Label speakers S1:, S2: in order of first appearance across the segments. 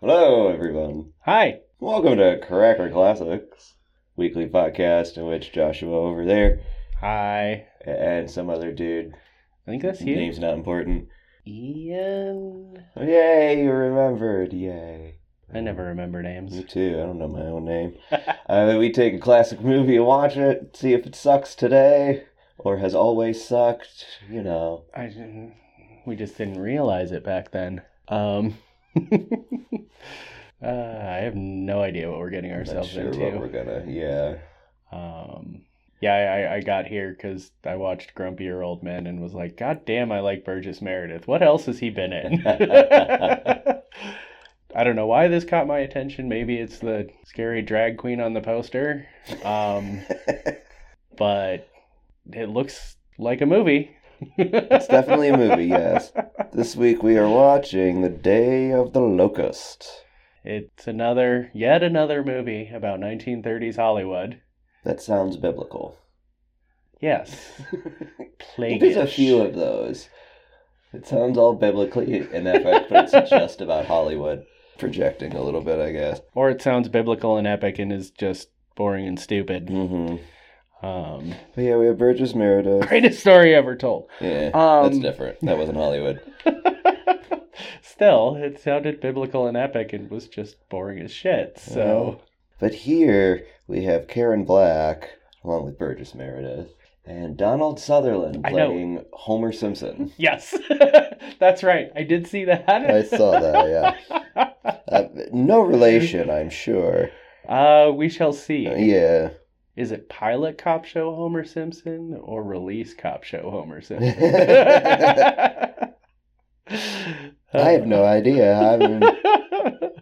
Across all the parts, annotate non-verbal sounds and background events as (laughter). S1: Hello, everyone.
S2: Hi.
S1: Welcome to Cracker Classics, weekly podcast in which Joshua over there
S2: Hi.
S1: and some other dude,
S2: I think that's you.
S1: name's not important. Oh,
S2: Ian.
S1: Yay, you remembered. Yay.
S2: I never remember names.
S1: Me too. I don't know my own name. uh, we take a classic movie, watch it, see if it sucks today or has always sucked. You know.
S2: I didn't- we just didn't realize it back then. Um. (laughs) uh, I have no idea what we're getting
S1: I'm not
S2: ourselves
S1: sure
S2: into.
S1: what we're gonna. Yeah.
S2: Um, yeah, I, I- I got here because I watched Grumpier Old Men and was like, God damn, I like Burgess Meredith. What else has he been in? (laughs) I don't know why this caught my attention. Maybe it's the scary drag queen on the poster.
S1: (laughs)
S2: Um, but it looks like a movie.
S1: It's definitely a movie, yes. This week we are watching The Day of the Locust.
S2: (laughs) It's another, yet another movie about 1930s Hollywood.
S1: That sounds biblical. (laughs)
S2: Yes.
S1: There's a
S2: Plagueish.
S1: few of those. It sounds all biblically inept, but
S2: (laughs)
S1: it's just about Hollywood projecting a little bit, I guess.
S2: Or it sounds biblical and epic and is just boring and stupid.
S1: Mm-hmm.
S2: Um,
S1: But yeah, we have Burgess Meredith.
S2: greatest story ever told.
S1: Yeah, that's
S2: Um,
S1: different. That wasn't Hollywood.
S2: (laughs) Still, it sounded biblical and epic and was just boring as shit. So,
S1: But here we have Karen Black along with Burgess Meredith and Donald Sutherland
S2: I know.
S1: playing Homer Simpson.
S2: yes, (laughs) that's right. I did see that.
S1: I saw that, yeah. Uh, no relation, I'm sure.
S2: (laughs) Uh, we shall see.
S1: Uh, yeah.
S2: Is it pilot cop show Homer Simpson or release cop show
S1: (laughs)
S2: Homer Simpson?
S1: I have no idea. I'm, the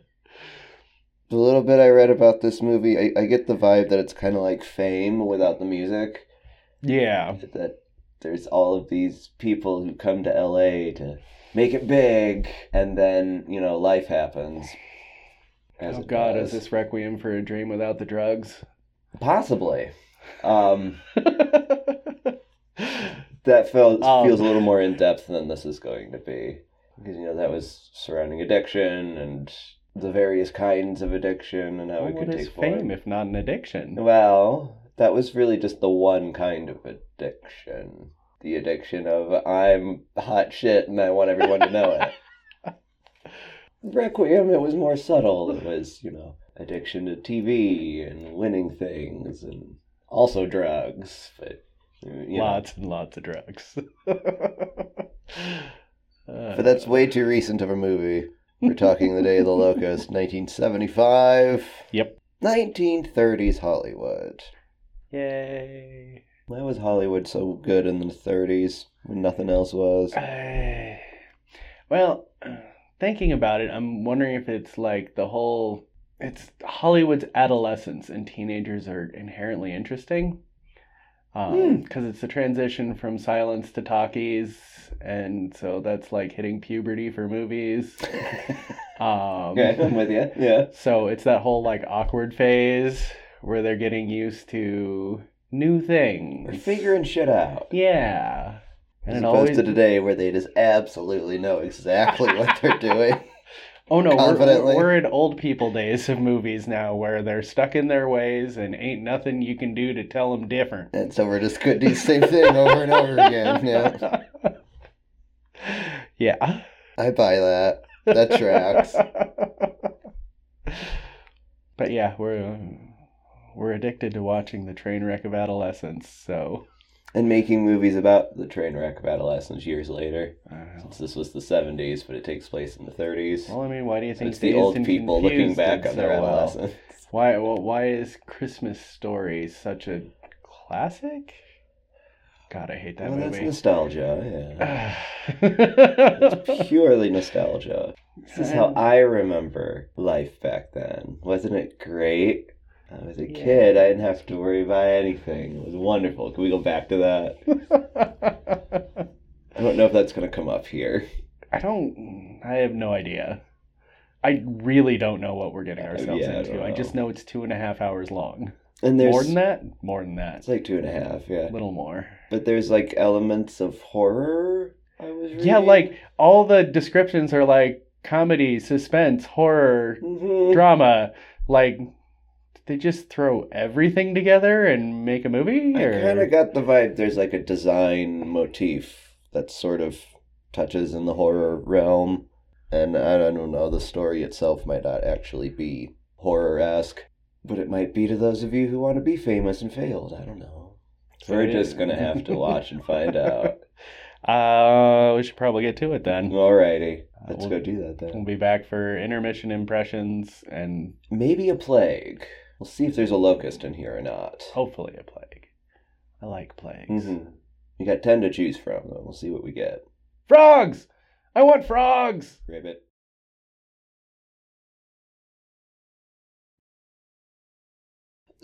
S1: little bit I read about this movie, I, I get the vibe that it's kind of like fame without the music.
S2: (laughs) yeah,
S1: That there's all of these people who come to LA to make it big, and then, you know, life happens. As
S2: oh
S1: it
S2: god,
S1: does.
S2: is this Requiem for a Dream without the drugs?
S1: Possibly. Um, that felt
S2: (laughs) Um.
S1: feels a little more in depth than this is going to be because you know that was surrounding addiction and the various kinds of addiction and how
S2: Well,
S1: it could
S2: what is
S1: take form.
S2: fame if not an addiction?
S1: Well, that was really just the one kind of addiction. The addiction of I'm hot shit and I want everyone to know it.
S2: (laughs)
S1: Requiem, it was more subtle. It was, you know, addiction to TV and winning things and also drugs. But, you know.
S2: lots and lots of drugs. (laughs) Uh,
S1: But that's way too recent of a movie. We're talking The Day
S2: (laughs)
S1: of the Locust, 1975.
S2: Yep.
S1: 1930s Hollywood.
S2: yay.
S1: Why was Hollywood so good in the 30s when nothing else was?
S2: Ah. well, thinking about it, I'm wondering if it's like the whole it's Hollywood's adolescence and teenagers are inherently interesting. Because
S1: Hmm.
S2: it's a transition from silence to talkies, and so that's like hitting puberty for
S1: (laughs)
S2: movies.
S1: (laughs)
S2: Um,
S1: okay, I'm with you. Yeah.
S2: So it's that whole like awkward phase where they're getting used to new
S1: We're
S2: things.
S1: figuring shit out.
S2: Yeah.
S1: As
S2: And it
S1: opposed
S2: always
S1: to today where they just absolutely know exactly what
S2: (laughs)
S1: they're doing.
S2: Oh no,
S1: confidently.
S2: we're, we're in old people days of movies now where they're stuck in their ways and ain't nothing you can do to tell them different.
S1: And so we're just going to do the same thing over and over again. Yeah.
S2: (laughs) Yeah.
S1: I buy that. That tracks.
S2: But yeah, we're we're addicted to watching the train wreck of adolescence, so
S1: And making movies about the train wreck of adolescence years later.
S2: uh,
S1: Since this was the 70s, but it takes place in the 30s.
S2: Well, I mean, why do you
S1: So
S2: think
S1: it's the
S2: Dazed
S1: old
S2: and
S1: people looking
S2: Confused
S1: back
S2: did
S1: on their
S2: so well?
S1: adolescence.
S2: Why? Well, why is Christmas Story such a classic? God, I hate that
S1: Well, that's
S2: movie. (sighs) (laughs)
S1: nostalgia, yeah.
S2: Ugh.
S1: Purely nostalgia. This is how
S2: Uh-huh.
S1: I remember life back then. Wasn't it great? I was a
S2: Yeah.
S1: kid. I didn't have to worry about anything. It was wonderful. Can we go back to that? I don't know if that's going to come up here.
S2: (laughs) I don't. I have no idea. I really don't know what we're getting
S1: Uh,
S2: ourselves
S1: yeah, I
S2: into.
S1: don't
S2: I just know it's two and a half hours long.
S1: And there's.
S2: More than that? More than that?
S1: It's like two and a half, yeah.
S2: A little more.
S1: But there's like elements of horror. I was reading.
S2: Yeah, like all the descriptions are like comedy, suspense, horror,
S1: Mhm.
S2: drama. Like, did they just throw everything together and make a movie?
S1: I
S2: Or
S1: kind of got the vibe there's like a design motif that sort of touches in the horror realm. And I don't know, the story itself might not actually be horror esque, but it might be to those of you who want to be famous and failed. I don't know. We're just going to have (laughs) to watch and find out.
S2: (laughs) Uh, we should probably get to it then.
S1: Alrighty.
S2: Uh,
S1: Let's
S2: we'll-
S1: go do that
S2: We'll
S1: then.
S2: be back for intermission impressions and
S1: Maybe a plague. We'll see if there's a locust in here or not.
S2: hopefully a plague. I like plagues.
S1: hmm You got 10 to choose from, though. We'll see what we get.
S2: Frogs! I want frogs! (laughs)
S1: Ribbit.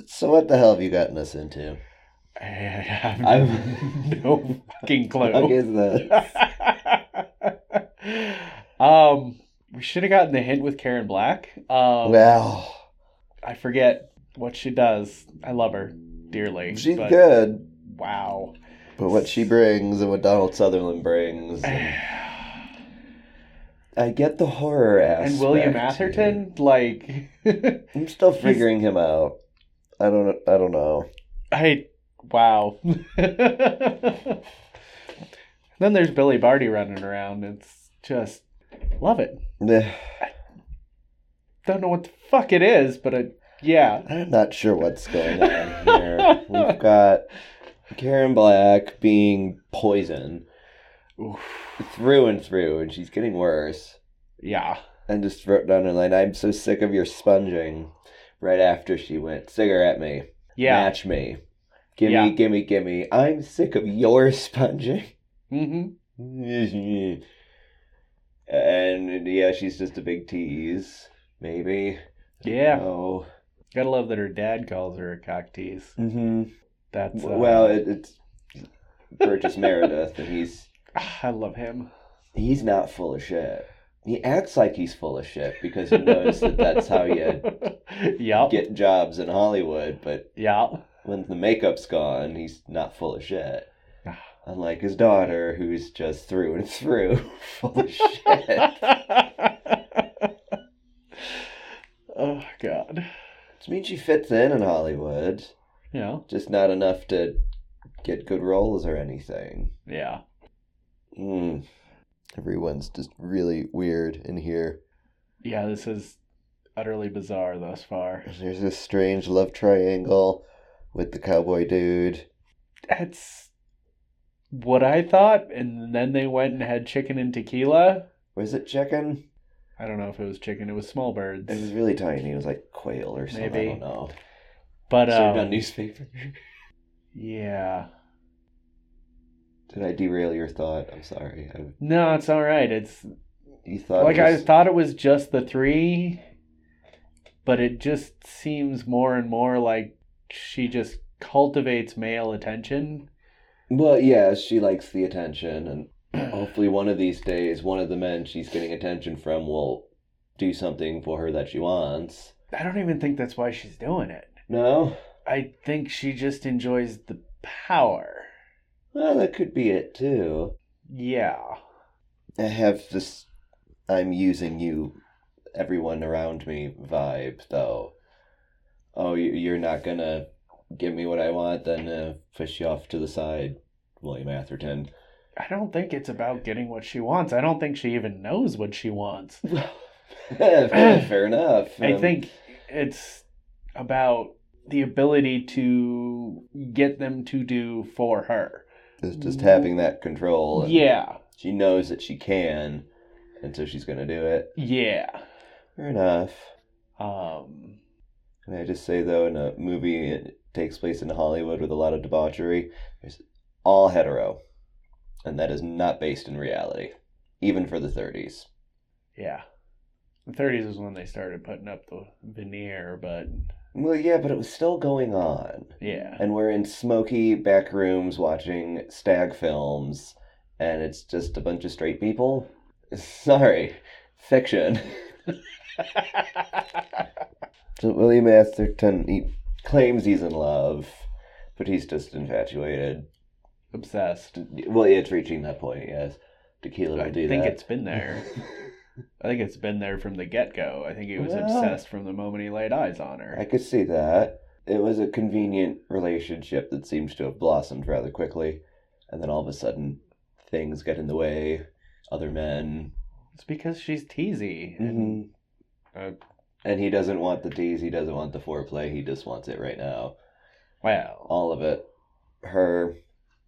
S1: So what the hell have you gotten us into?
S2: (laughs) I have
S1: I'm-
S2: no
S1: (laughs)
S2: fucking clue.
S1: Fuck is the
S2: (laughs) um, we should have gotten the hint with Karen Black. Um,
S1: well,
S2: I forget what she does. I love her dearly.
S1: she's
S2: but
S1: good,
S2: Wow.
S1: but what she brings and what Donald Sutherland brings,
S2: (sighs) and
S1: I get the horror aspect.
S2: William
S1: here.
S2: Atherton, like, (laughs)
S1: I'm still figuring him out. I don't. I don't know.
S2: I wow. (laughs) then there's Billy Barty running around. It's just love it.
S1: Meh,
S2: Don't know what the fuck it is, but I, yeah.
S1: I'm not sure what's going on
S2: (laughs)
S1: here. We've got Karen Black being poison
S2: Oof.
S1: through and through, and she's getting worse.
S2: Yeah.
S1: and just wrote down her line, I'm so sick of your sponging. Right after she went, cigarette me,
S2: Yeah.
S1: match me, gimme,
S2: Yeah.
S1: gimme, gimme. I'm sick of your (laughs) sponging.
S2: Mm-hmm.
S1: and yeah, she's just a big tease, maybe.
S2: Yeah.
S1: Oh.
S2: Gotta love that her dad calls her a cock tease.
S1: hmm
S2: That's uh,
S1: Well, it, it's Burgess Meredith, and he's
S2: (sighs) I love him.
S1: he's not full of shit. He acts like he's full of shit because he knows that that's how you
S2: (laughs) Yup.
S1: get jobs in Hollywood, but
S2: Yeah.
S1: when the makeup's gone, he's not full of
S2: (sighs)
S1: shit.
S2: Ah.
S1: Unlike his daughter, who's just through and through (laughs) full of
S2: (laughs)
S1: shit.
S2: (laughs) oh God.
S1: Which means she fits in in Hollywood,
S2: Yeah.
S1: just not enough to get good roles or anything.
S2: Yeah.
S1: Mm. Everyone's just really weird in here.
S2: Yeah. This is utterly bizarre thus far.
S1: There's this strange love triangle with the cowboy dude.
S2: That's what I thought, and then they went and had chicken and tequila.
S1: Was it chicken?
S2: I don't know if it was chicken. It was small
S1: It was
S2: birds.
S1: really tiny. It was like quail or something. I
S2: Maybe.
S1: don't know.
S2: But
S1: Served on
S2: um,
S1: newspaper.
S2: yeah.
S1: Did I derail your thought? I'm sorry. I,
S2: No, it's all right. It's
S1: Uh, you thought it
S2: like
S1: was-
S2: I thought it was just the three, but it just seems more and more like she just cultivates male attention.
S1: Well, yeah, she likes the attention, and hopefully, one of these days, one of the men she's getting attention from will do something for her that she wants.
S2: I don't even think that's why she's doing it.
S1: No?
S2: I think she just enjoys the power.
S1: Well, that could be it, too.
S2: Yeah.
S1: I have this I'm using you, everyone around me vibe, though. Oh, you- you're not gonna give me what I want, then uh, push you off to the side, William Atherton.
S2: I don't think it's about getting what she wants. I don't think she even knows what she
S1: (laughs)
S2: wants.
S1: fair, fair enough.
S2: I
S1: Um,
S2: think it's about the ability to get them to do for her.
S1: it's just having that control. and-
S2: Yeah.
S1: She knows that she can, and so she's gonna do it.
S2: Yeah.
S1: Fair enough.
S2: Um
S1: Can I just say though, in a movie it takes place in Hollywood with a lot of debauchery, there's all hetero, and that is not based in reality, even for the 30s.
S2: yeah. The 30s was when they started putting up the veneer, but
S1: Well, yeah, but it was still going on,
S2: yeah.
S1: and we're in smoky back rooms watching stag films, and it's just a bunch of straight people. Sorry,
S2: (laughs)
S1: fiction. So William Atherton, he claims he's in love, but he's just infatuated.
S2: Obsessed.
S1: Well, yeah, it's reaching that point, yes. Tequila
S2: I
S1: will do
S2: think
S1: that. (laughs)
S2: it's been there. I think it's been there from the get go. I think he was
S1: Well-
S2: obsessed from the moment he laid eyes on her.
S1: I could see that. It was a convenient relationship that seems to have blossomed rather quickly. And then all of a sudden, things get in the way. Other men.
S2: It's because she's teasy.
S1: Mhm.
S2: Uh,
S1: And he doesn't want the tease, he doesn't want the foreplay, he just wants it right now.
S2: Well,
S1: All of it. Her,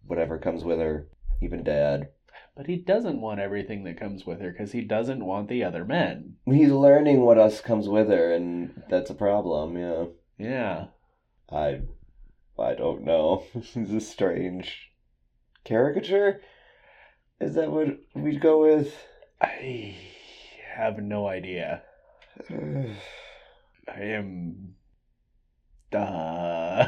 S1: whatever comes with her, even dad.
S2: but he doesn't want everything that comes with her because he doesn't want the other men.
S1: He's learning what else comes with her, and that's a problem, yeah.
S2: Yeah.
S1: I I don't know. (laughs) this is a strange caricature. Is that what we'd go with? (sighs)
S2: I have no idea.
S1: I
S2: I am.
S1: (laughs)
S2: Uh...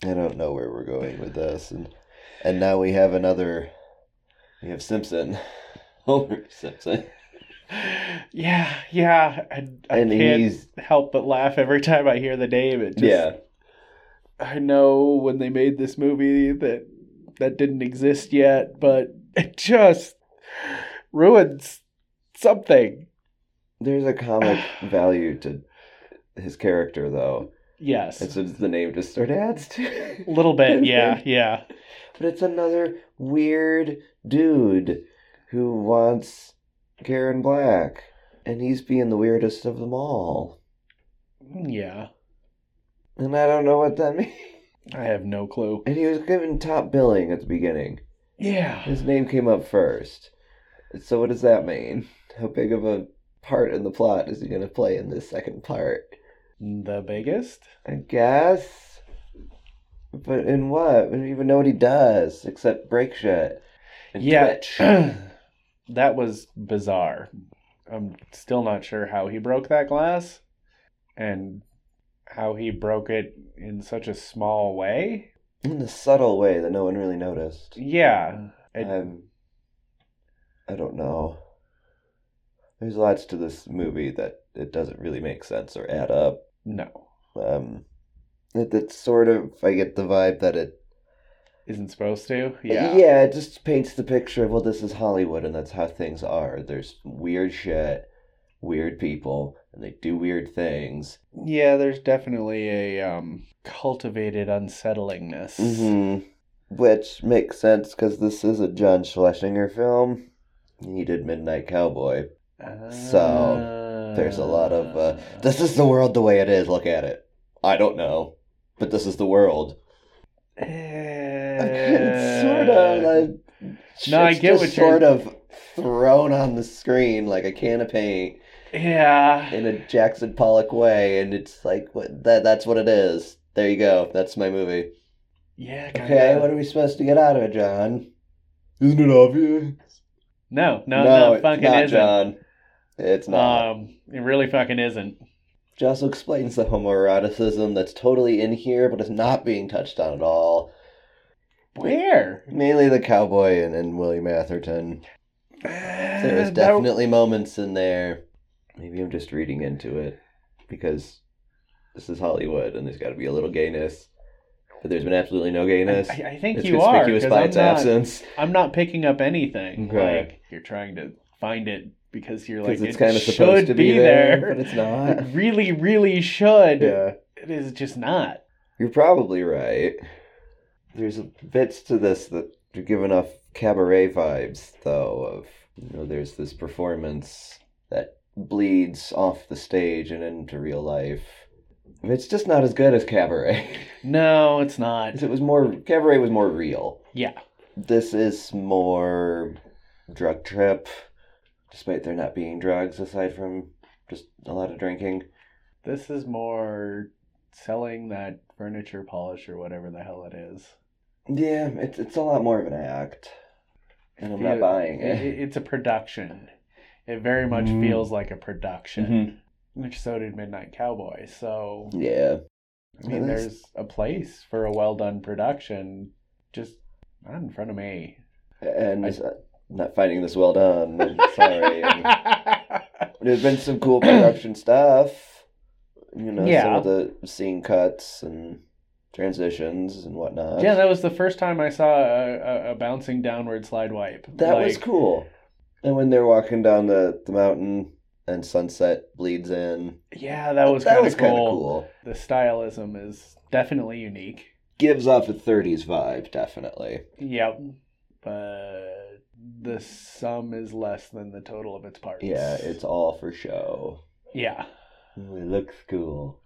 S1: don't know where we're going with this, and and now we have another. We have Simpson, (laughs) Homer Simpson,
S2: (laughs) yeah, yeah. I, I
S1: and
S2: can't
S1: he's
S2: help but laugh every time I hear the name. It just,
S1: yeah.
S2: I know when they made this movie that that didn't exist yet, but it just ruins something.
S1: There's a comic value to his character, though.
S2: Yes,
S1: It's just the name just sort of adds (laughs) to.
S2: a little (laughs) bit. Yeah, yeah.
S1: But it's another weird dude who wants Karen Black, and he's being the weirdest of them all.
S2: Yeah.
S1: And I don't know what that (laughs) means.
S2: I have no clue.
S1: And he was given top billing at the beginning.
S2: Yeah.
S1: His name came up first. So what does that mean? How big of a part in the plot is he going to play in this second part?
S2: The biggest? (clears throat)
S1: I guess. But in what? We don't even know what he does except break shit. And
S2: Yeah.
S1: twitch. (clears throat)
S2: that was bizarre. I'm still not sure how he broke that glass and how he broke it in such a small way.
S1: In a subtle way that no one really noticed.
S2: Yeah. It-
S1: I'm, Um, I don't know. There's lots to this movie that it doesn't really make sense or add up.
S2: no.
S1: Um, it, it's sort of I get the vibe that it
S2: Isn't supposed to?
S1: yeah.
S2: Yeah.
S1: it just paints the picture of well this is Hollywood and that's how things are. There's weird shit, weird people, and they do weird things.
S2: Yeah, there's definitely a um cultivated unsettlingness.
S1: Mm-hmm. Which makes sense because this is a John Schlesinger film. He did Midnight Cowboy. Mm-hmm. So, there's a lot of, uh,
S2: Ah. (laughs)
S1: This is the (laughs) world the way it is. Look at it. I don't know, but this is the
S2: (laughs)
S1: world. it's sort of like
S2: No, I
S1: shit's
S2: get
S1: just
S2: what you're-
S1: sort of thrown on the screen like a can of paint
S2: yeah.
S1: in a Jackson Pollock way, and it's like what that that's what it is. There you go. That's my movie.
S2: yeah.
S1: Okay,
S2: kinda.
S1: what are we supposed to get out of it, John? Isn't it obvious?
S2: No, no, no, it
S1: it's
S2: fucking
S1: not,
S2: isn't.
S1: John. It's not.
S2: Um, it really fucking isn't.
S1: Joss explains the homoeroticism that's totally in here, but it's not being touched on at all.
S2: Where?
S1: Mainly the cowboy and, and Willie Atherton. There is
S2: There's
S1: definitely moments in there. Maybe I'm just reading into it because this is Hollywood and there's got to be a little gayness. But there's been absolutely no gayness.
S2: I, I think
S1: it's
S2: you are.
S1: conspicuous
S2: 'cause
S1: by
S2: I'm
S1: its
S2: not,
S1: absence.
S2: I'm not picking up anything.
S1: Okay.
S2: Like you're trying to find it because you're like
S1: Because it's
S2: it
S1: kind of supposed
S2: should
S1: to be, there, but it's
S2: It
S1: not.
S2: really, really should.
S1: yeah.
S2: It is just not.
S1: You're probably right. There's bits to this that give enough cabaret vibes, though. Of you know, there's this performance that bleeds off the stage and into real life. It's just not as good as cabaret. (laughs)
S2: No, it's not.
S1: 'Cause it was more cabaret was more real.
S2: Yeah.
S1: This is more drug trip, despite there not being drugs aside from just a lot of drinking.
S2: This is more selling that furniture polish or whatever the hell it is.
S1: Yeah, it's it's a lot more of an act, and I'm not
S2: Feel-
S1: buying it. (laughs)
S2: It's a production. It very much
S1: Mm.
S2: feels like a
S1: mm-hmm.
S2: production. Which so did Midnight Cowboy. So
S1: Yeah.
S2: I mean,
S1: Well, that's-
S2: there's a place for a well done production, just not in front of me.
S1: And
S2: I-
S1: it's, uh, not finding this well done. I'm sorry.
S2: (laughs)
S1: And there's been some cool production stuff. You know, some
S2: Yeah.
S1: of the scene cuts and transitions and whatnot.
S2: yeah, that was the first time I saw a, a, a bouncing downward slide wipe.
S1: that was
S2: Like,
S1: cool. And when they're walking down the, the mountain and sunset bleeds in,
S2: Yeah, that was
S1: that
S2: kind
S1: was
S2: of
S1: kind of
S2: cool.
S1: cool.
S2: The stylism is definitely unique.
S1: Gives off a 30s vibe, definitely.
S2: Yep. But the sum is less than the total of its parts.
S1: Yeah, it's all for show.
S2: Yeah.
S1: Ooh, it looks cool.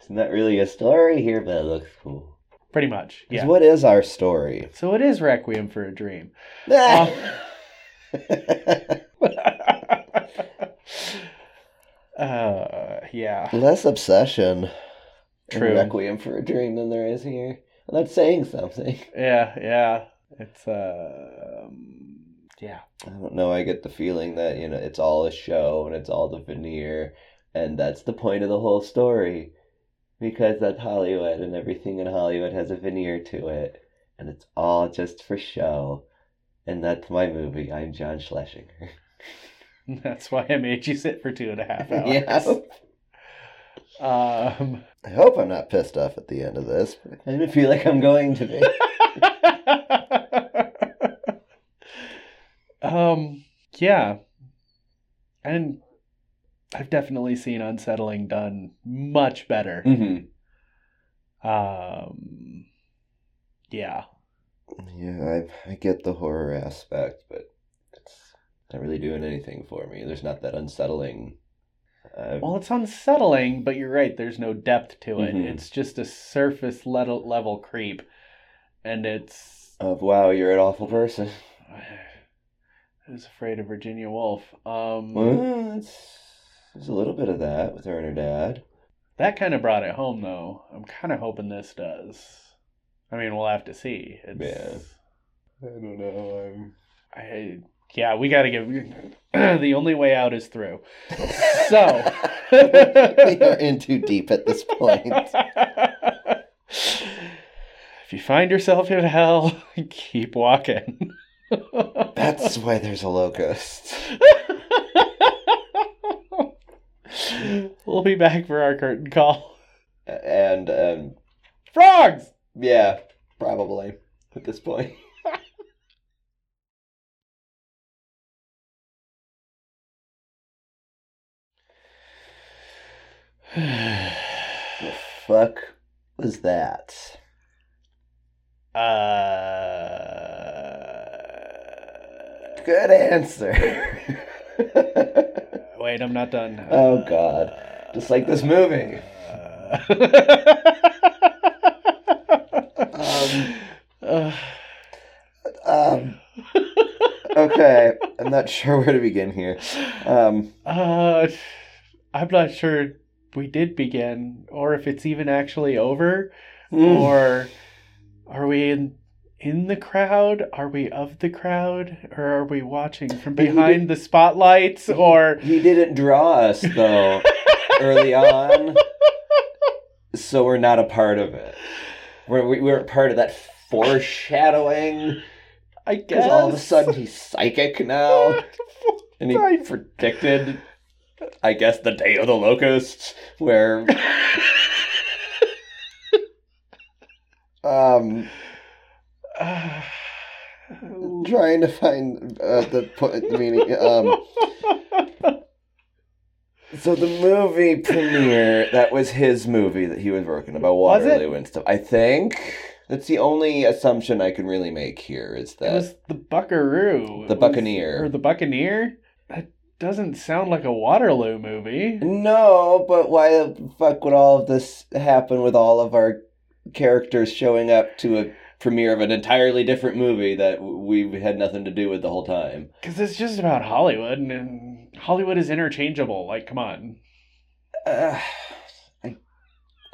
S1: It's not really a story here, but it looks cool.
S2: Pretty much.
S1: 'Cause
S2: Yeah.
S1: What is our story?
S2: So it is Requiem for
S1: (laughs)
S2: a Dream.
S1: Ah!
S2: uh, yeah.
S1: Less obsession
S2: True.
S1: in Requiem for a Dream than there is here. And that's saying something.
S2: Yeah, yeah. It's uh um, yeah.
S1: I don't know. I get the feeling that you know it's all a show and it's all the veneer, and that's the point of the whole story, because that's Hollywood and everything in Hollywood has a veneer to it, and it's all just for show, and that's my movie. I'm John Schlesinger.
S2: (laughs) That's why I made you sit for two and a half
S1: (laughs) yeah.
S2: hours. Um
S1: I hope I'm not pissed off at the end of this. But I kind of feel like I'm going (laughs) to be.
S2: um (laughs) yeah and i've definitely seen unsettling done much better
S1: mm-hmm.
S2: um yeah
S1: Yeah, I I get the horror aspect, but it's not really doing anything for me. There's not that unsettling. Uh,
S2: well it's unsettling but you're right there's no depth to it
S1: Mhm.
S2: it's just a surface level level creep and it's (sighs)
S1: of wow, you're an awful person.
S2: i was afraid of virginia woolf um
S1: Well, it's, there's a little bit of that with her and her dad.
S2: That kind of brought it home, though. I'm kind of hoping this does. I mean, we'll have to see. It's,
S1: I don't know. I'm...
S2: yeah. I, yeah, we got to give. (clears throat) the only way out is through. So. (laughs)
S1: (laughs) we are in too deep at this point.
S2: if you find yourself in hell, (laughs) keep walking. (laughs)
S1: That's why there's a locust.
S2: we'll be back for our curtain call.
S1: And um,
S2: Frogs!
S1: yeah, probably at this point. (laughs) The fuck was that?
S2: Uh,
S1: Good answer. (laughs)
S2: wait, I'm not done.
S1: Oh, God. Just like this movie.
S2: Uh,
S1: Um,
S2: uh,
S1: um, okay, I'm not sure where to begin here. Um,
S2: uh, I'm not sure we did begin, or if it's even actually over,
S1: mm.
S2: or are we in in the crowd? Are we of the crowd, or are we
S1: (laughs)
S2: watching from
S1: But he
S2: behind the spotlights, or?
S1: He didn't draw us though early on, so we're not a part of it. We're, we weren't part of that foreshadowing
S2: I guess
S1: because all of a sudden he's psychic now
S2: (laughs)
S1: and he
S2: Right.
S1: predicted, I guess, the day of the locusts where. um,
S2: Ah.
S1: trying to find uh, the point, meaning. Um, So the movie premiere, that was his movie that he was working about
S2: Was it?
S1: Waterloo and stuff. I think that's the only assumption I can really make here is
S2: it
S1: that
S2: was the Buckaroo. It
S1: The
S2: was-
S1: Buccaneer.
S2: or the Buccaneer? That doesn't sound like a Waterloo movie.
S1: no, but why the fuck would all of this happen with all of our characters showing up to a premiere of an entirely different movie that we had nothing to do with the whole time? (sighs)
S2: Because it's just about Hollywood, and, and Hollywood is interchangeable. Like, come on.
S1: Uh, I,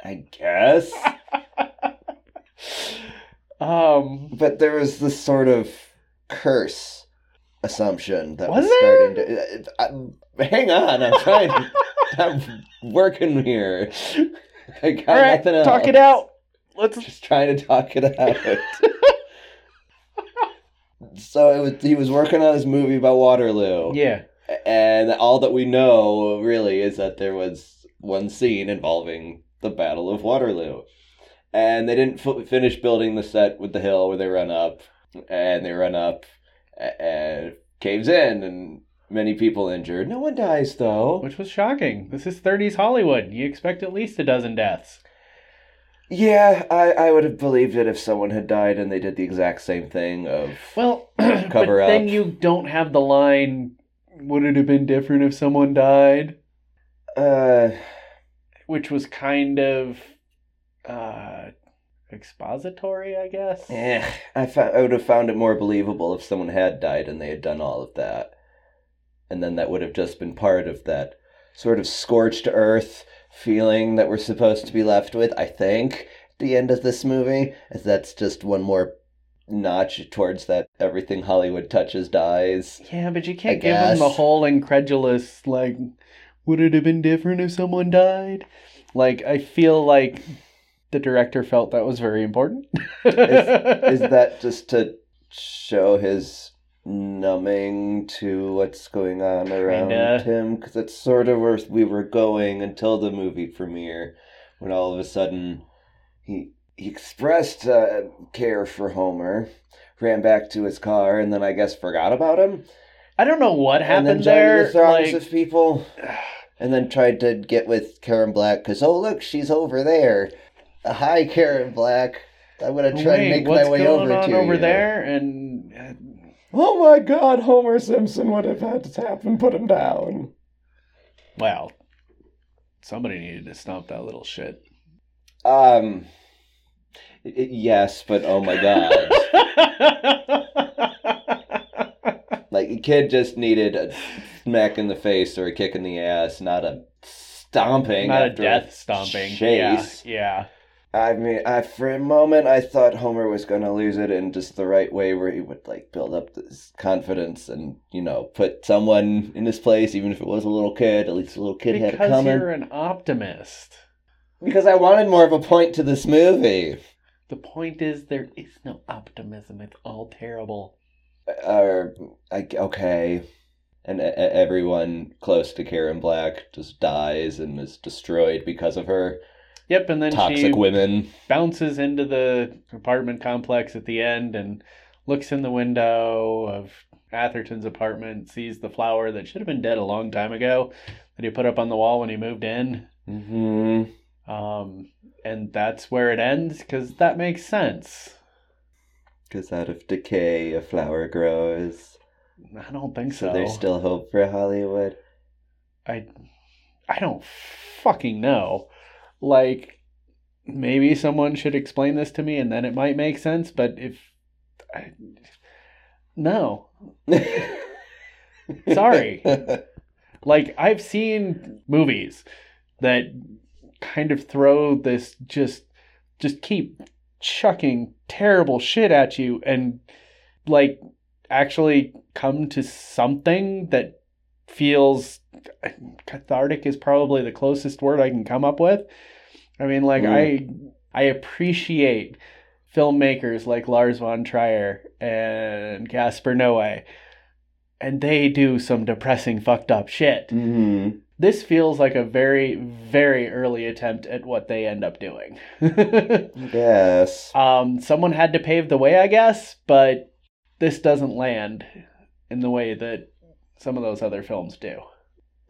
S1: I guess.
S2: Um,
S1: But there was this sort of curse assumption that was,
S2: Was
S1: starting to. I, I- hang on, I'm trying.
S2: (laughs)
S1: I'm working here. (laughs) I got
S2: all right,
S1: nothing else.
S2: talk it out. Let's.
S1: Just trying to talk it
S2: (laughs)
S1: out. so it was, he was working on his movie about Waterloo,
S2: Yeah.
S1: and all that we know really is that there was one scene involving the Battle of Waterloo, and they didn't f- finish building the set with the hill where they run up, and they run up, a- and caves in and many people injured. No one dies though.
S2: which was shocking. This is 30s Hollywood. You expect at least a dozen deaths.
S1: Yeah, I, I would have believed it if someone had died and they did the exact same thing of
S2: Well, (clears throat) cover
S1: Cover
S2: but then
S1: up.
S2: you don't have the line. Would it have been different if someone died?
S1: uh
S2: Which was kind of uh, expository, I guess.
S1: eh, I found, I would have found it more believable if someone had died and they had done all of that. And then that would have just been part of that sort of scorched earth feeling that we're supposed to be left with, I think, at the end of this movie, as that's just one more notch towards that everything Hollywood touches dies.
S2: Yeah, but you can't
S1: I
S2: give them the
S1: guess.
S2: whole incredulous like. Would it have been different if someone died? Like, I feel like the director felt that was very important.
S1: is that just to show his numbing to what's going on around
S2: Kinda.
S1: him? Because that's sort of where we were going until the movie premiere, when all of a sudden he he expressed uh, care for Homer, ran back to his car, and then I guess forgot about him.
S2: (laughs) I don't know what
S1: and then
S2: happened
S1: joined
S2: there.
S1: the throngs
S2: like-
S1: of people, and then tried to get with Karen Black because oh look, she's over there. Hi, Karen Black. I'm gonna try and
S2: Wait,
S1: make
S2: what's
S1: my way
S2: going
S1: over
S2: on
S1: to
S2: over
S1: you.
S2: there? And uh,
S1: Oh my god, Homer Simpson would have had to tap and put him down.
S2: well, somebody needed to stomp that little shit. (laughs)
S1: Um y- y- yes, but oh my
S2: (laughs)
S1: god. like a kid just needed a smack in the face or a kick in the ass, not a stomping.
S2: Not a
S1: after
S2: death stomping.
S1: chase.
S2: Yeah, yeah.
S1: I mean, I for a moment I thought Homer was going to lose it in just the right way where he would like build up this confidence and, you know, put someone in his place even if it was a little kid, at least a little kid had it
S2: Because
S1: coming.
S2: you're an optimist.
S1: Because I wanted more of a point to this movie.
S2: The point is, there is no optimism. It's all terrible.
S1: or like okay and e- e- everyone close to karen black just dies and is destroyed because of her
S2: Yep, and then
S1: toxic
S2: she
S1: women
S2: bounces into the apartment complex at the end and looks in the window of Atherton's apartment, sees the flower that should have been dead a long time ago that he put up on the wall when he moved in.
S1: hmm
S2: Um, and that's where it ends because that makes sense.
S1: because out of decay a flower grows
S2: I don't think
S1: so
S2: so.
S1: there's still hope for hollywood
S2: I, I don't fucking know. Like, maybe someone should explain this to me, and then it might make sense. But if, I, no,
S1: (laughs)
S2: sorry. like I've seen movies that kind of throw this just just keep chucking terrible shit at you and like actually come to something that feels cathartic is probably the closest word I can come up with. I mean like I I appreciate filmmakers like Lars von Trier and Gaspar Noé and they do some depressing fucked up shit
S1: hmm
S2: this feels like a very very early attempt at what they end up doing (laughs)
S1: yes
S2: um, someone had to pave the way i guess but this doesn't land in the way that some of those other films do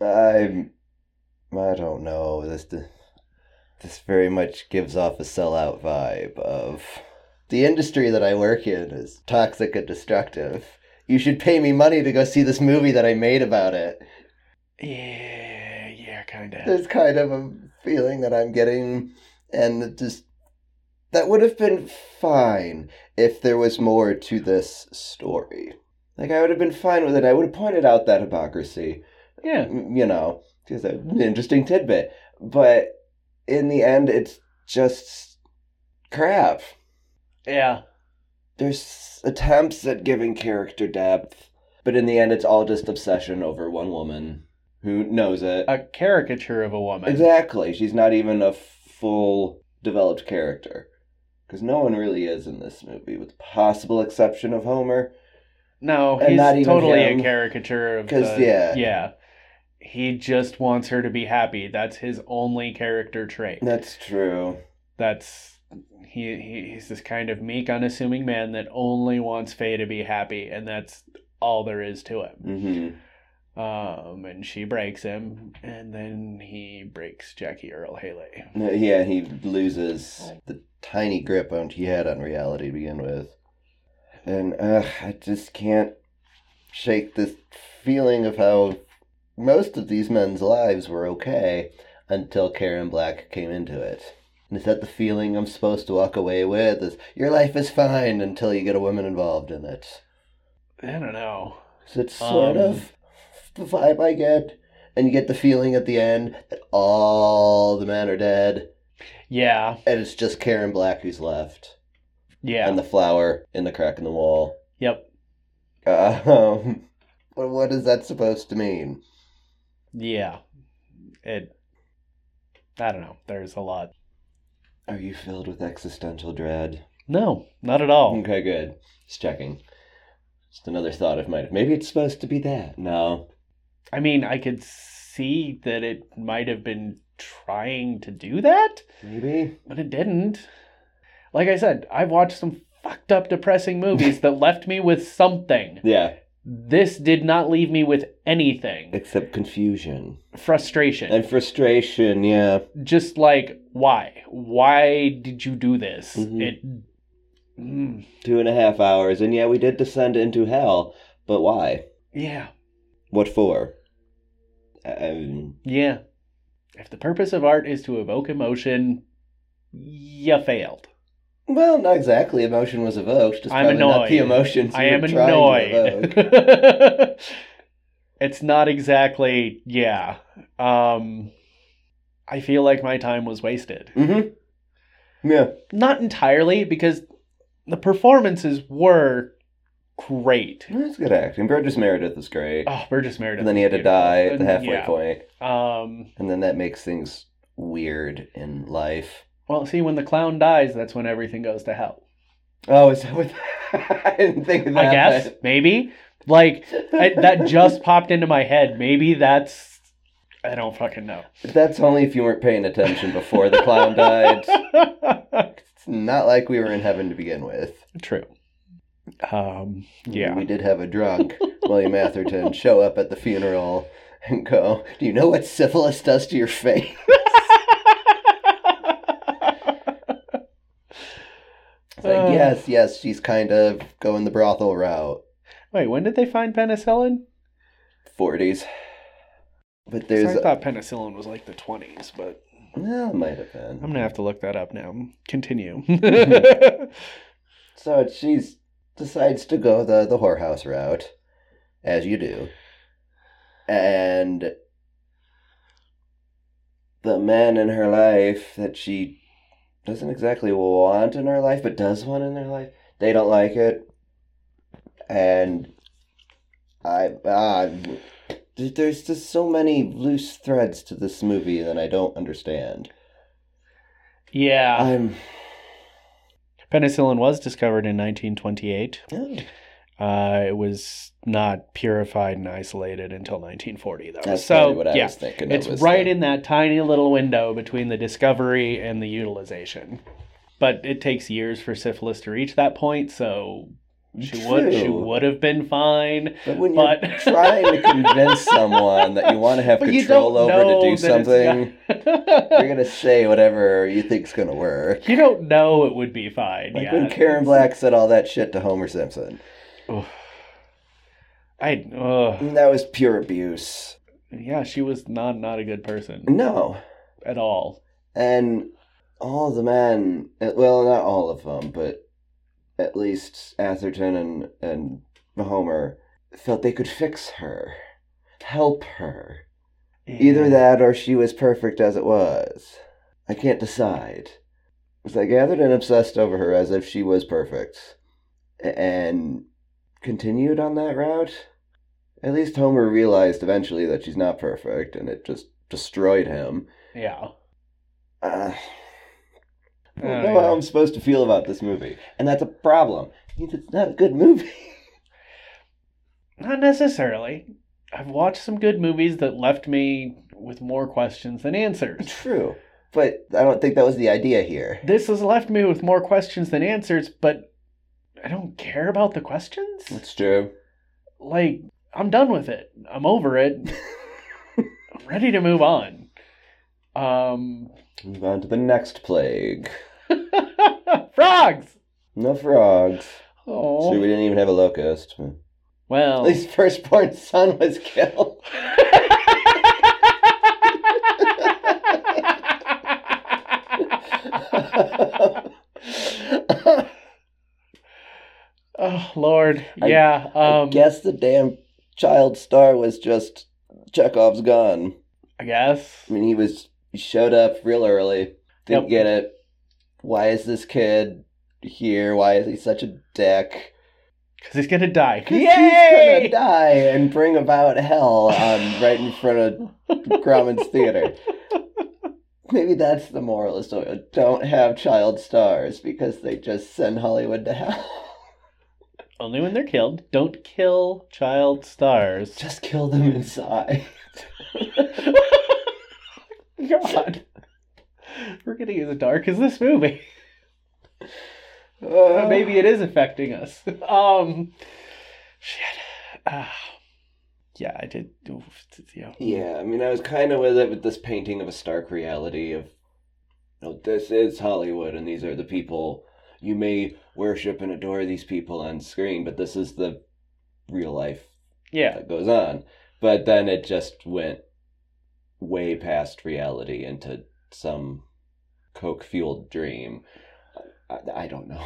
S1: i'm i don't know this this very much gives off a sellout vibe of the industry that I work in is toxic and destructive. You should pay me money to go see this movie that I made about it.
S2: yeah yeah kind of
S1: There's kind of a feeling that I'm getting, and it just that would have been fine if there was more to this story. Like I would have been fine with it. I would have pointed out that hypocrisy.
S2: yeah
S1: m- you know, it's an interesting tidbit. But in the end, it's just crap.
S2: yeah
S1: There's attempts at giving character depth, but in the end, it's all just obsession over one woman who knows it.
S2: a caricature of a woman
S1: Exactly. She's not even a full developed character. Because no one really is in this movie, with the possible exception of Homer.
S2: no
S1: And
S2: he's
S1: not even
S2: totally
S1: him.
S2: a caricature of
S1: 'Cause,
S2: the-
S1: yeah.
S2: yeah he just wants her to be happy that's his only character trait
S1: That's true.
S2: that's he, he he's this kind of meek unassuming man that only wants faye to be happy and that's all there is to it.
S1: Mm-hmm.
S2: Um, and she breaks him, and then he breaks Jackie Earl Haley.
S1: Yeah, he loses the tiny grip on he had on reality to begin with, and uh, I just can't shake this feeling of how most of these men's lives were okay until Karen Black came into it. And is that the feeling I'm supposed to walk away with? Is your life is fine until you get a woman involved in it?
S2: I don't know.
S1: Is it sort
S2: Um,
S1: of the vibe I get? And you get the feeling at the end that all the men are dead,
S2: Yeah,
S1: and it's just Karen Black who's left,
S2: yeah,
S1: and the flower in the crack in the wall.
S2: yep,
S1: Um, (laughs) but what is that supposed to mean?
S2: yeah. It. I don't know. There's a lot.
S1: Are you filled with existential dread?
S2: No, not at all.
S1: Okay, good. Just checking. Just another thought of mine. Maybe it's supposed to be that. No.
S2: I mean, I could see that it might have been trying to do that,
S1: Maybe.
S2: but it didn't. Like I said, I've watched some fucked up, depressing movies that left me with something.
S1: Yeah.
S2: This did not leave me with anything.
S1: Except confusion
S2: Frustration.
S1: and frustration. Yeah.
S2: just like why why did you do this
S1: Mhm.
S2: it mm,
S1: Two and a half hours, and yeah, we did descend into hell. But why?
S2: yeah
S1: What for? Um,
S2: yeah if the purpose of art is to evoke emotion you failed
S1: well, not exactly. Emotion was evoked. It's
S2: I'm
S1: probably Not the
S2: annoyed.
S1: emotions.
S2: i
S1: you
S2: am
S1: were trying to evoke.
S2: annoyed (laughs) it's not exactly yeah um i feel like my time was (laughs) wasted
S1: Mm-hmm. Yeah.
S2: not entirely because the performances were great
S1: That's good acting. Burgess Meredith is great.
S2: oh burgess meredith
S1: and then he
S2: was
S1: had to
S2: beautiful.
S1: die at the
S2: And,
S1: halfway
S2: yeah.
S1: point.
S2: um
S1: And then that makes things weird in life.
S2: Well, see, when the clown dies, that's when everything goes to hell.
S1: Oh, is that what (laughs) I didn't think of that.
S2: I guess, maybe. Like, I,
S1: (laughs)
S2: that just popped into my head. Maybe that's. I don't fucking know.
S1: but That's only if you weren't paying attention before the clown
S2: (laughs)
S1: died. It's not like we were in heaven to begin with.
S2: True. Um, yeah.
S1: We did have a drunk, William Atherton, show up at the funeral and go, Do you know what syphilis does to your face? It's like,
S2: Uh.
S1: yes, yes, she's kind of going the brothel route.
S2: (laughs) Wait, when did they find penicillin?
S1: 40s. But
S2: 'Cause
S1: there's.
S2: I thought penicillin was like the 20s, but
S1: Well, it might have been.
S2: I'm going to have to look that up now. Continue. (laughs)
S1: Mm-hmm. So she's decides to go the the whorehouse route, as you do, and the man in her life that she doesn't exactly want in her life, but does want in her life, they don't like it, and I ah. There's just so many loose threads to this movie that I don't understand.
S2: yeah.
S1: I'm.
S2: Penicillin was discovered in 1928. Uh, it was not purified and isolated until 1940, though.
S1: That's
S2: so
S1: probably what I
S2: yeah,
S1: was thinking. It
S2: it's
S1: was
S2: right
S1: the-
S2: in that tiny little window between the discovery and the utilization. But it takes years for syphilis to reach that point, so she would she
S1: True.
S2: would have been fine. (laughs)
S1: But when
S2: But-
S1: you're trying to convince someone that you want to have
S2: But you
S1: control
S2: don't
S1: over to
S2: know
S1: do
S2: that it's
S1: something, (laughs)
S2: not-
S1: you're gonna say whatever you think's gonna work.
S2: you don't know it would be fine.
S1: Like
S2: yeah,
S1: when Karen Black said all that shit to Homer Simpson,
S2: Oof. I ugh.
S1: And that was pure abuse.
S2: yeah, she was not not a good person
S1: No,
S2: at all.
S1: and all the men, uh, well, not all of them, but at least Atherton and and Homer felt they could fix her, help her. Either that or she was perfect as it was. I can't decide. It's like I gathered and obsessed over her as if she was perfect. a- And continued on that route. At least Homer realized eventually that she's not perfect and it just destroyed him.
S2: Yeah.
S1: Oh, Uh, I
S2: Oh,
S1: don't know
S2: yeah.
S1: how I'm supposed to feel about this movie. And that's a problem. It's not a good movie. (laughs)
S2: Not necessarily. I've watched some good movies that left me with more questions than
S1: (laughs)
S2: answers.
S1: True. But I don't think that was the idea here.
S2: This has left me with more questions than answers, but I don't care about the questions.
S1: true.
S2: like I'm done with it. I'm over it.
S1: (laughs)
S2: I'm ready to move on. Um, (laughs)
S1: Move on to the next plague.
S2: frogs.
S1: No frogs.
S2: Oh.
S1: So we didn't even have a locust. At
S2: well.
S1: least firstborn son was killed.
S2: (laughs) oh Lord.
S1: I-
S2: Yeah.
S1: I
S2: (laughs) um.
S1: guess the damn child star was just Chekhov's gun.
S2: I guess.
S1: I mean, he was he showed up real early. Didn't
S2: Yep.
S1: get it. Why is this kid here? Why is he such a dick?
S2: Because he's gonna die.
S1: (laughs) 'Cause He's gonna die and bring about hell on right in front of Grauman's theater. Maybe that's the moral of the story. Don't have child stars because they just send Hollywood to hell. (laughs)
S2: Only when they're killed. Don't kill child stars.
S1: Just kill them inside. (laughs)
S2: God. We're getting as dark as this movie. (laughs) Uh, maybe it is affecting us. (laughs) Um, shit. Ah. yeah, I did. oof, t- yeah.
S1: Yeah, I mean, I was kind of with it with this painting of a stark reality of, oh, this is Hollywood and these are the people. You may worship and adore these people on screen, but this is the real life
S2: Yeah.
S1: that goes on. But then it just went way past reality into some coke fueled dream. I, I don't know.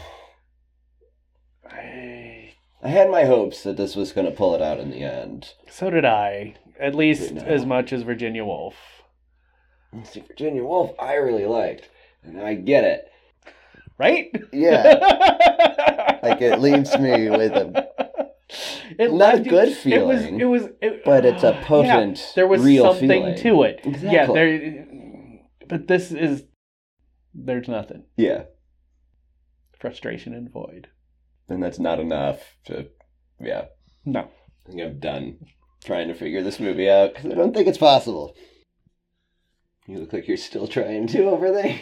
S2: I-
S1: I had my hopes that this was going to pull it out in the end.
S2: so did I. At least
S1: But no.
S2: as much as Virginia Woolf.
S1: See, Virginia Woolf, I really liked, and I get it.
S2: Right?
S1: (laughs) Yeah,
S2: like (laughs)
S1: like it leaves me with a,
S2: It
S1: not a
S2: left you-
S1: good
S2: It was.
S1: feeling,
S2: It was. It,
S1: but it's a
S2: (gasps) yeah,
S1: potent,
S2: there was
S1: real
S2: something
S1: feeling.
S2: to it. Yeah.
S1: Exactly.
S2: There. But this is. There's nothing.
S1: Yeah,
S2: Frustration and void.
S1: and that's not enough to. Yeah,
S2: No.
S1: I think I'm done trying to figure this movie out because I don't think it's possible. You look like you're still trying to over there.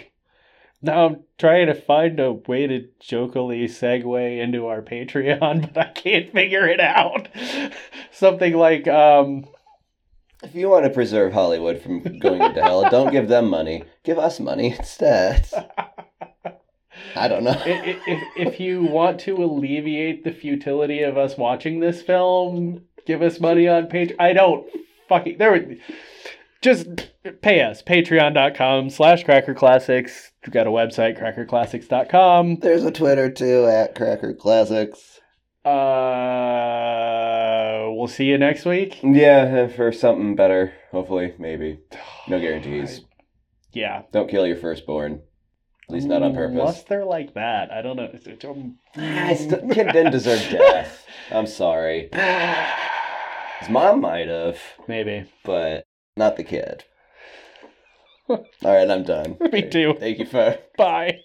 S2: Now I'm trying to find a way to jokingly segue into our Patreon, (laughs) but I can't figure it out. (laughs) Something like, um,
S1: If you want to preserve Hollywood from going into hell, don't give them money. Give us money instead. I don't know.
S2: i- i- if, if you want to alleviate the futility of us watching this film, give us money on Patreon. I don't fucking, there would, just pay us, patreon.com slash cracker classics. We've got a website, crackerclassics.com.
S1: There's a Twitter too at Cracker Classics.
S2: Uh, we'll see you next week.
S1: Yeah, for something better, hopefully, maybe. (sighs) No guarantees.
S2: Yeah. Mm,
S1: Don't kill your firstborn. At least not on
S2: Unless
S1: purpose.
S2: they're like that. I don't know. It's- it's- um,
S1: I still, Ah, kid didn't deserve death. I'm sorry. His mom might have,
S2: (sighs) Maybe.
S1: but not the kid. All right, I'm done.
S2: (laughs) Me too.
S1: Thank you for.
S2: Bye.